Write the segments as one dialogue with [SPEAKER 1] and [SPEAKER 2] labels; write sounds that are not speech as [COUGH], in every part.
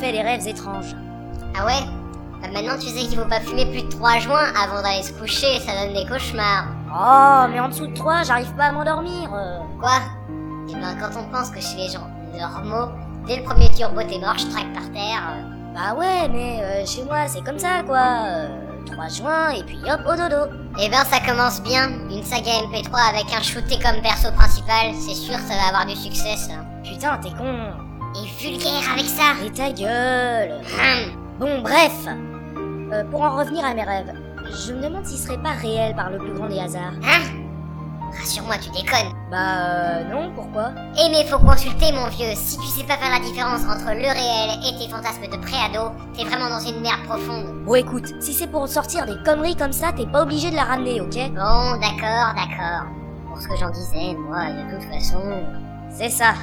[SPEAKER 1] fait des rêves étranges.
[SPEAKER 2] Ah ouais Bah Maintenant, tu sais qu'il faut pas fumer plus de 3 joints avant d'aller se coucher, ça donne des cauchemars.
[SPEAKER 1] Oh, mais en dessous de 3, j'arrive pas à m'endormir. euh.
[SPEAKER 2] Quoi Eh ben, quand on pense que chez les gens normaux, dès le premier turbo, t'es mort, je traque par terre. euh,
[SPEAKER 1] Bah ouais, mais euh, chez moi, c'est comme ça, quoi. Euh, 3 juin, et puis hop, au dodo.
[SPEAKER 2] Eh ben, ça commence bien. Une saga MP3 avec un shooté comme perso principal, c'est sûr, ça va avoir du succès, ça.
[SPEAKER 1] Putain, t'es con.
[SPEAKER 2] Et vulgaire avec ça
[SPEAKER 1] Et ta gueule.
[SPEAKER 2] Hum.
[SPEAKER 1] Bon, bref. Euh, pour en revenir à mes rêves, je me demande s'ils seraient pas réels par le plus grand des hasards.
[SPEAKER 2] Hein Rassure-moi, tu déconnes.
[SPEAKER 1] Bah euh, non, pourquoi
[SPEAKER 2] Eh mais faut consulter, mon vieux. Si tu sais pas faire la différence entre le réel et tes fantasmes de pré-ado, t'es vraiment dans une merde profonde.
[SPEAKER 1] Bon écoute, si c'est pour sortir des conneries comme ça, t'es pas obligé de la ramener, ok
[SPEAKER 2] Bon, d'accord, d'accord. Pour ce que j'en disais, moi, de toute façon...
[SPEAKER 1] C'est ça.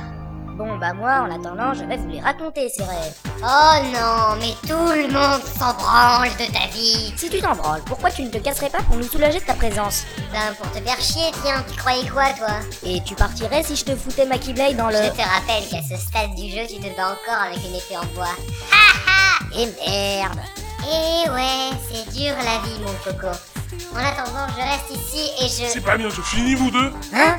[SPEAKER 1] Bon bah moi, en attendant, je vais vous les raconter ces rêves.
[SPEAKER 2] Oh non, mais tout le monde s'en branle de ta vie.
[SPEAKER 1] Si tu t'en branles, pourquoi tu ne te casserais pas pour nous soulager de ta présence
[SPEAKER 2] Ben pour te faire chier, tiens, tu croyais quoi toi
[SPEAKER 1] Et tu partirais si je te foutais ma Keyblade dans le...
[SPEAKER 2] Je te rappelle qu'à ce stade du jeu, tu te bats encore avec une épée en bois. Ha ha
[SPEAKER 1] Et merde
[SPEAKER 2] Eh ouais, c'est dur la vie, mon coco. En attendant, je reste ici et je...
[SPEAKER 3] C'est pas bien, je finis vous deux
[SPEAKER 1] Hein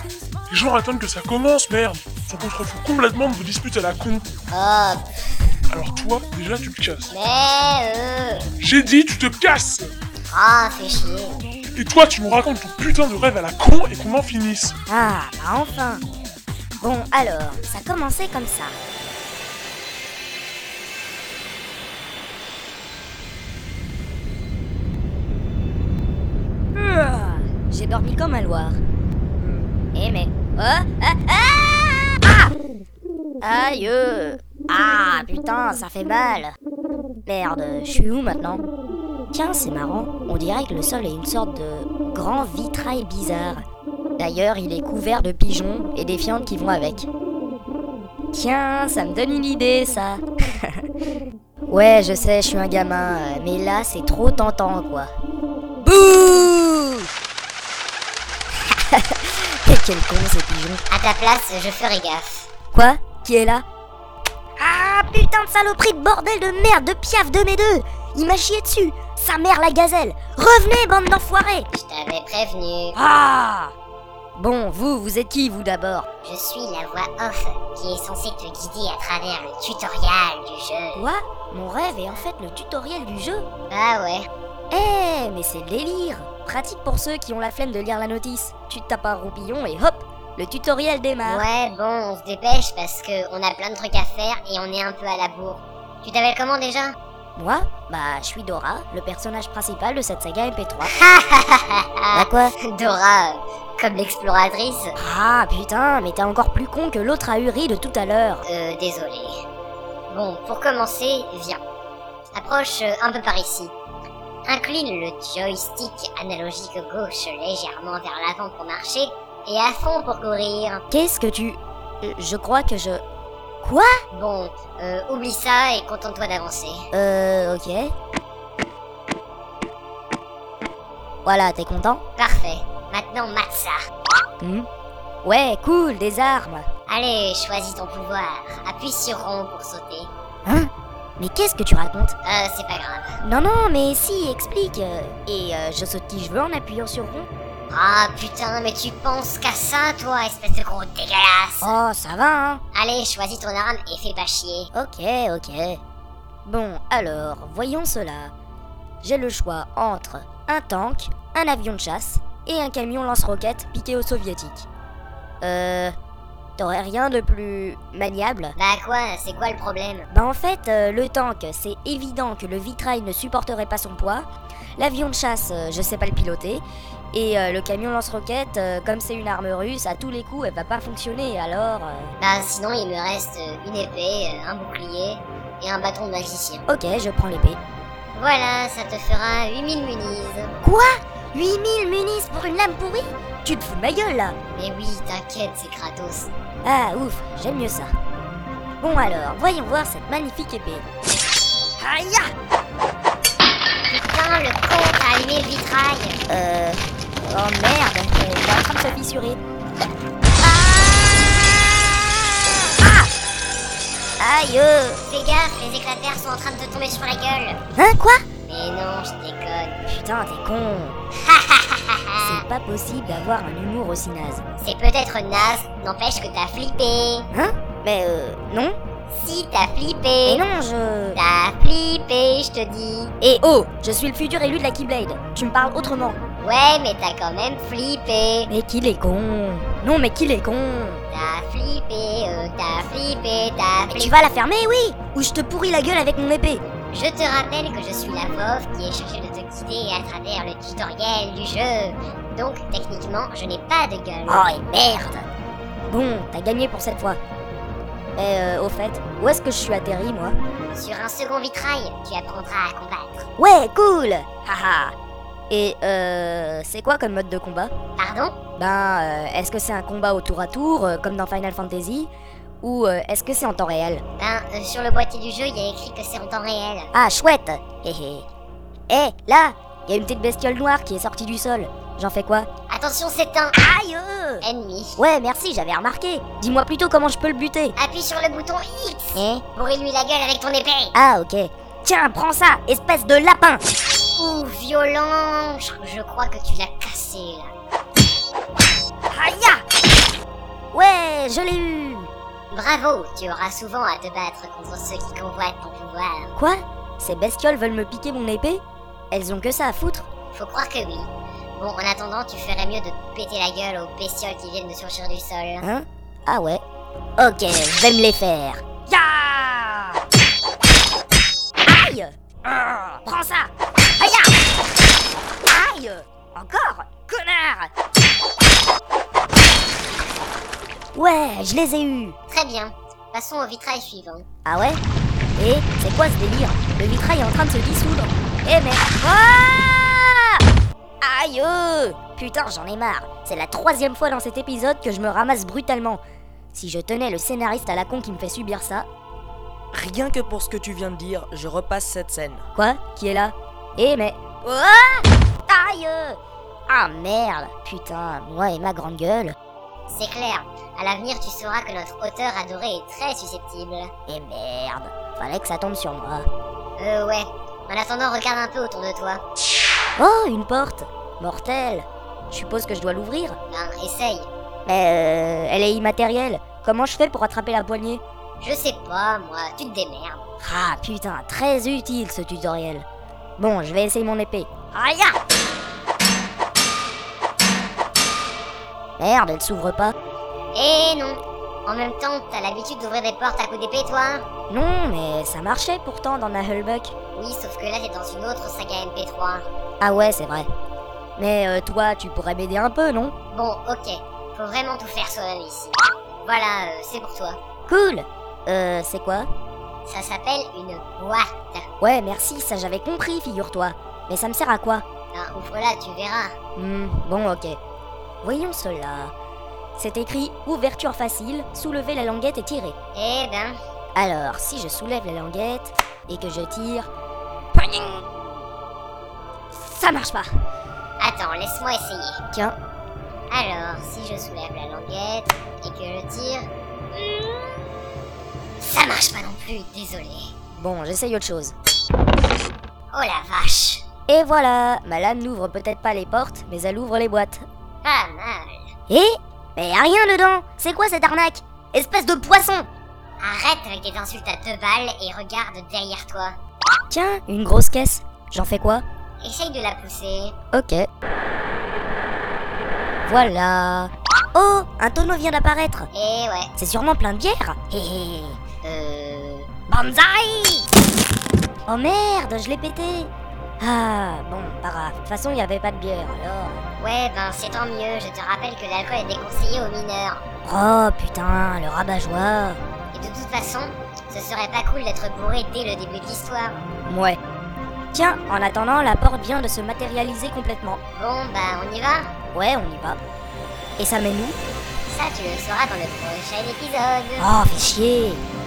[SPEAKER 3] Les gens attendent que ça commence, merde Faut qu'on se refout complètement de vos disputes à la con
[SPEAKER 2] Oh,
[SPEAKER 3] Alors toi, déjà, tu te casses.
[SPEAKER 2] mais euh...
[SPEAKER 3] J'ai dit, tu te casses
[SPEAKER 2] Ah, fais chier.
[SPEAKER 3] Et toi, tu nous racontes ton putain de rêve à la con et qu'on en finisse
[SPEAKER 1] Ah, bah enfin Bon, alors, ça commençait comme ça. Ah, J'ai dormi comme un loir. Hmm, Eh mais... Oh, ah, ah, ah Aïe euh. Ah, putain, ça fait mal Merde, je suis où maintenant Tiens, c'est marrant, on dirait que le sol est une sorte de grand vitrail bizarre. D'ailleurs, il est couvert de pigeons et des fientes qui vont avec. Tiens, ça me donne une idée, ça. [LAUGHS] ouais, je sais, je suis un gamin, euh, mais là, c'est trop tentant, quoi. Bouh [LAUGHS] Et quel con, ces pigeons.
[SPEAKER 2] À ta place, je ferai gaffe.
[SPEAKER 1] Quoi Qui est là Ah, putain de saloperie de bordel de merde, de piaf de mes deux Il m'a chié dessus Sa mère, la gazelle Revenez, bande d'enfoirés
[SPEAKER 2] Je t'avais prévenu.
[SPEAKER 1] Ah Bon, vous, vous êtes qui, vous, d'abord
[SPEAKER 2] Je suis la voix off qui est censée te guider à travers le tutoriel du jeu.
[SPEAKER 1] Quoi Mon rêve est en fait le tutoriel du jeu
[SPEAKER 2] Ah ouais.
[SPEAKER 1] Eh, mais c'est le délire Pratique pour ceux qui ont la flemme de lire la notice. Tu tapes un roupillon et hop, le tutoriel démarre.
[SPEAKER 2] Ouais, bon, on se dépêche parce que on a plein de trucs à faire et on est un peu à la bourre. Tu t'appelles comment déjà [LAUGHS]
[SPEAKER 1] Moi Bah, je suis Dora, le personnage principal de cette saga MP3. bah quoi
[SPEAKER 2] Dora, euh, comme l'exploratrice.
[SPEAKER 1] Ah putain, mais t'es encore plus con que l'autre ahuri de tout à l'heure.
[SPEAKER 2] Euh, désolé. Bon, pour commencer, viens. Approche euh, un peu par ici. Incline le joystick analogique gauche légèrement vers l'avant pour marcher et à fond pour courir.
[SPEAKER 1] Qu'est-ce que tu... Euh, Je crois que je... Quoi
[SPEAKER 2] Bon, euh, oublie ça et contente-toi d'avancer.
[SPEAKER 1] Euh, ok. Voilà, t'es content
[SPEAKER 2] Parfait. Maintenant, mate ça.
[SPEAKER 1] Hmm Ouais, cool, des armes.
[SPEAKER 2] Allez, choisis ton pouvoir. Appuie sur rond pour sauter.
[SPEAKER 1] Hein Mais qu'est-ce que tu racontes
[SPEAKER 2] Euh, c'est pas grave.
[SPEAKER 1] Non, non, mais si, explique. euh, Et euh, je saute qui je veux en appuyant sur rond.
[SPEAKER 2] Ah putain, mais tu penses qu'à ça, toi, espèce de gros dégueulasse.
[SPEAKER 1] Oh, ça va, hein
[SPEAKER 2] Allez, choisis ton arme et fais pas chier.
[SPEAKER 1] Ok, ok. Bon, alors, voyons cela. J'ai le choix entre un tank, un avion de chasse et un camion lance-roquettes piqué aux soviétiques. Euh... T'aurais rien de plus maniable
[SPEAKER 2] Bah quoi, c'est quoi le problème
[SPEAKER 1] Bah en fait, euh, le tank, c'est évident que le vitrail ne supporterait pas son poids. L'avion de chasse, euh, je sais pas le piloter. Et euh, le camion lance-roquette, euh, comme c'est une arme russe, à tous les coups, elle va pas fonctionner. Alors... euh,
[SPEAKER 2] Bah sinon, il me reste euh, une épée, euh, un bouclier et un bâton de magicien.
[SPEAKER 1] Ok, je prends l'épée.
[SPEAKER 2] Voilà, ça te fera 8000 munises.
[SPEAKER 1] Quoi 8000 munis pour une lame pourrie Tu te fous de ma gueule là
[SPEAKER 2] Mais oui, t'inquiète, c'est Kratos.
[SPEAKER 1] Ah ouf, j'aime mieux ça. Bon alors, voyons voir cette magnifique épée. Aïe ah!
[SPEAKER 2] Putain, le con, t'as allumé le vitrail.
[SPEAKER 1] Euh... Oh merde, elle est en train de se fissurer. Ah Aïe euh.
[SPEAKER 2] Fais gaffe, les éclataires sont en train de te tomber sur la gueule.
[SPEAKER 1] Hein, quoi
[SPEAKER 2] Mais non, je déconne.
[SPEAKER 1] Putain, t'es con [LAUGHS] C'est pas possible d'avoir un humour aussi naze.
[SPEAKER 2] C'est peut-être naze, n'empêche que t'as flippé.
[SPEAKER 1] Hein Mais euh, non
[SPEAKER 2] Si, t'as
[SPEAKER 1] Mais
[SPEAKER 2] flippé.
[SPEAKER 1] non, je...
[SPEAKER 2] T'as flippé, je te dis.
[SPEAKER 1] Et oh Je suis le futur élu de la Keyblade Tu me parles autrement
[SPEAKER 2] Ouais, mais t'as quand même flippé.
[SPEAKER 1] Mais qu'il est con Non, mais qu'il est con
[SPEAKER 2] T'as flippé, euh, t'as flippé, t'as
[SPEAKER 1] Mais tu
[SPEAKER 2] flippé.
[SPEAKER 1] vas la fermer, oui Ou je te pourris la gueule avec mon épée
[SPEAKER 2] Je te rappelle que je suis la prof qui est chargée de te guider à travers le tutoriel du jeu. Donc, techniquement, je n'ai pas de gueule.
[SPEAKER 1] Oh, et merde Bon, t'as gagné pour cette fois. Mais euh, au fait, où est-ce que je suis atterri, moi
[SPEAKER 2] Sur un second vitrail, tu apprendras à combattre.
[SPEAKER 1] Ouais, cool Haha Et euh, c'est quoi comme mode de combat
[SPEAKER 2] Pardon
[SPEAKER 1] Ben, euh, est-ce que c'est un combat au tour à tour, euh, comme dans Final Fantasy Ou euh, est-ce que c'est en temps réel
[SPEAKER 2] Ben, euh, sur le boîtier du jeu, il y a écrit que c'est en temps réel.
[SPEAKER 1] Ah, chouette Héhé Hé, Eh, là Y a une petite bestiole noire qui est sortie du sol. J'en fais quoi
[SPEAKER 2] Attention, c'est un
[SPEAKER 1] Aïe euh
[SPEAKER 2] ennemi.
[SPEAKER 1] Ouais, merci, j'avais remarqué. Dis-moi plutôt comment je peux le buter.
[SPEAKER 2] Appuie sur le bouton X.
[SPEAKER 1] Hein
[SPEAKER 2] Bourrine-lui la gueule avec ton épée.
[SPEAKER 1] Ah, ok. Tiens, prends ça, espèce de lapin
[SPEAKER 2] Ouh, violent. Je, je crois que tu l'as cassé, là.
[SPEAKER 1] Aïe ah. Ouais, je l'ai eu
[SPEAKER 2] Bravo, tu auras souvent à te battre contre ceux qui convoitent ton pouvoir.
[SPEAKER 1] Quoi Ces bestioles veulent me piquer mon épée Elles ont que ça à foutre
[SPEAKER 2] Faut croire que oui. Bon, en attendant, tu ferais mieux de te péter la gueule aux bestioles qui viennent de surgir du sol.
[SPEAKER 1] Hein Ah ouais Ok, je vais me les faire. Ya Aïe Ah, Prends ça Aïe ah Aïe Encore Connard Ouais, je les ai eus
[SPEAKER 2] Très bien. Passons au vitrail suivant.
[SPEAKER 1] Ah ouais Et c'est quoi ce délire Le vitrail est en train de se dissoudre. Eh mais... Ah Aïe euh Putain, j'en ai marre. C'est la troisième fois dans cet épisode que je me ramasse brutalement. Si je tenais le scénariste à la con qui me fait subir ça...
[SPEAKER 4] Rien que pour ce que tu viens de dire, je repasse cette scène.
[SPEAKER 1] Quoi Qui est là Eh mais... Ah Aïe euh Ah merde Putain, moi et ma grande gueule.
[SPEAKER 2] C'est clair. À l'avenir, tu sauras que notre auteur adoré est très susceptible.
[SPEAKER 1] Eh merde Fallait que ça tombe sur moi.
[SPEAKER 2] Euh, ouais. En attendant, regarde un peu autour de toi.
[SPEAKER 1] Oh, une porte Mortelle Je suppose que je dois l'ouvrir
[SPEAKER 2] Ben, essaye.
[SPEAKER 1] Mais euh, elle est immatérielle. Comment je fais pour attraper la poignée
[SPEAKER 2] Je sais pas, moi, tu te démerdes.
[SPEAKER 1] Ah putain, très utile ce tutoriel. Bon, je vais essayer mon épée. Aïe Merde, elle s'ouvre pas.
[SPEAKER 2] Eh non. En même temps, t'as l'habitude d'ouvrir des portes à coups d'épée, toi hein
[SPEAKER 1] Non, mais ça marchait pourtant dans ma Hullbuck.
[SPEAKER 2] Oui, sauf que là, t'es dans une autre saga MP3.
[SPEAKER 1] Ah ouais, c'est vrai. Mais euh, toi, tu pourrais m'aider un peu, non
[SPEAKER 2] Bon, ok. Faut vraiment tout faire soi-même ici. Voilà, euh, c'est pour toi.
[SPEAKER 1] Cool Euh, c'est quoi
[SPEAKER 2] Ça s'appelle une boîte.
[SPEAKER 1] Ouais, merci, ça j'avais compris, figure-toi. Mais ça me sert à quoi
[SPEAKER 2] Ben, ouvre-la, tu verras.
[SPEAKER 1] Hmm, bon, ok. Voyons cela. C'est écrit ouverture facile, soulever la languette et tirer.
[SPEAKER 2] Eh ben,
[SPEAKER 1] Alors, si je soulève la languette et que je tire. Poing Ça marche pas
[SPEAKER 2] attends, laisse-moi essayer.
[SPEAKER 1] Tiens,
[SPEAKER 2] Alors, si je soulève la languette et que je tire... hmm, Ça marche pas non plus, désolé.
[SPEAKER 1] bon, j'essaye autre chose.
[SPEAKER 2] Oh la vache
[SPEAKER 1] Et voilà Ma lame n'ouvre peut-être pas les portes, mais elle ouvre les boîtes.
[SPEAKER 2] Pas mal.
[SPEAKER 1] Et Mais y a rien dedans C'est quoi cette arnaque Espèce de poisson
[SPEAKER 2] Arrête avec tes insultes à deux balles et regarde derrière toi.
[SPEAKER 1] Tiens, une grosse caisse. J'en fais quoi
[SPEAKER 2] Essaye de la pousser.
[SPEAKER 1] Ok. Voilà. Oh, un tonneau vient d'apparaître.
[SPEAKER 2] Eh ouais.
[SPEAKER 1] C'est sûrement plein de bière. Hé hé.
[SPEAKER 2] Euh...
[SPEAKER 1] Banzai Oh merde, je l'ai pété Ah, bon, pas grave. De toute façon, il n'y avait pas de bière, alors...
[SPEAKER 2] Ouais, ben c'est tant mieux. Je te rappelle que l'alcool est déconseillé aux mineurs.
[SPEAKER 1] Oh putain, le rabat-joie
[SPEAKER 2] Et de toute façon, ce serait pas cool d'être bourré dès le début de l'histoire.
[SPEAKER 1] Ouais. Tiens, en attendant, la porte vient de se matérialiser complètement.
[SPEAKER 2] Bon, bah on y va
[SPEAKER 1] Ouais, on y va. Et ça mène où
[SPEAKER 2] Ça, tu le sauras dans le prochain épisode.
[SPEAKER 1] Oh, fais chier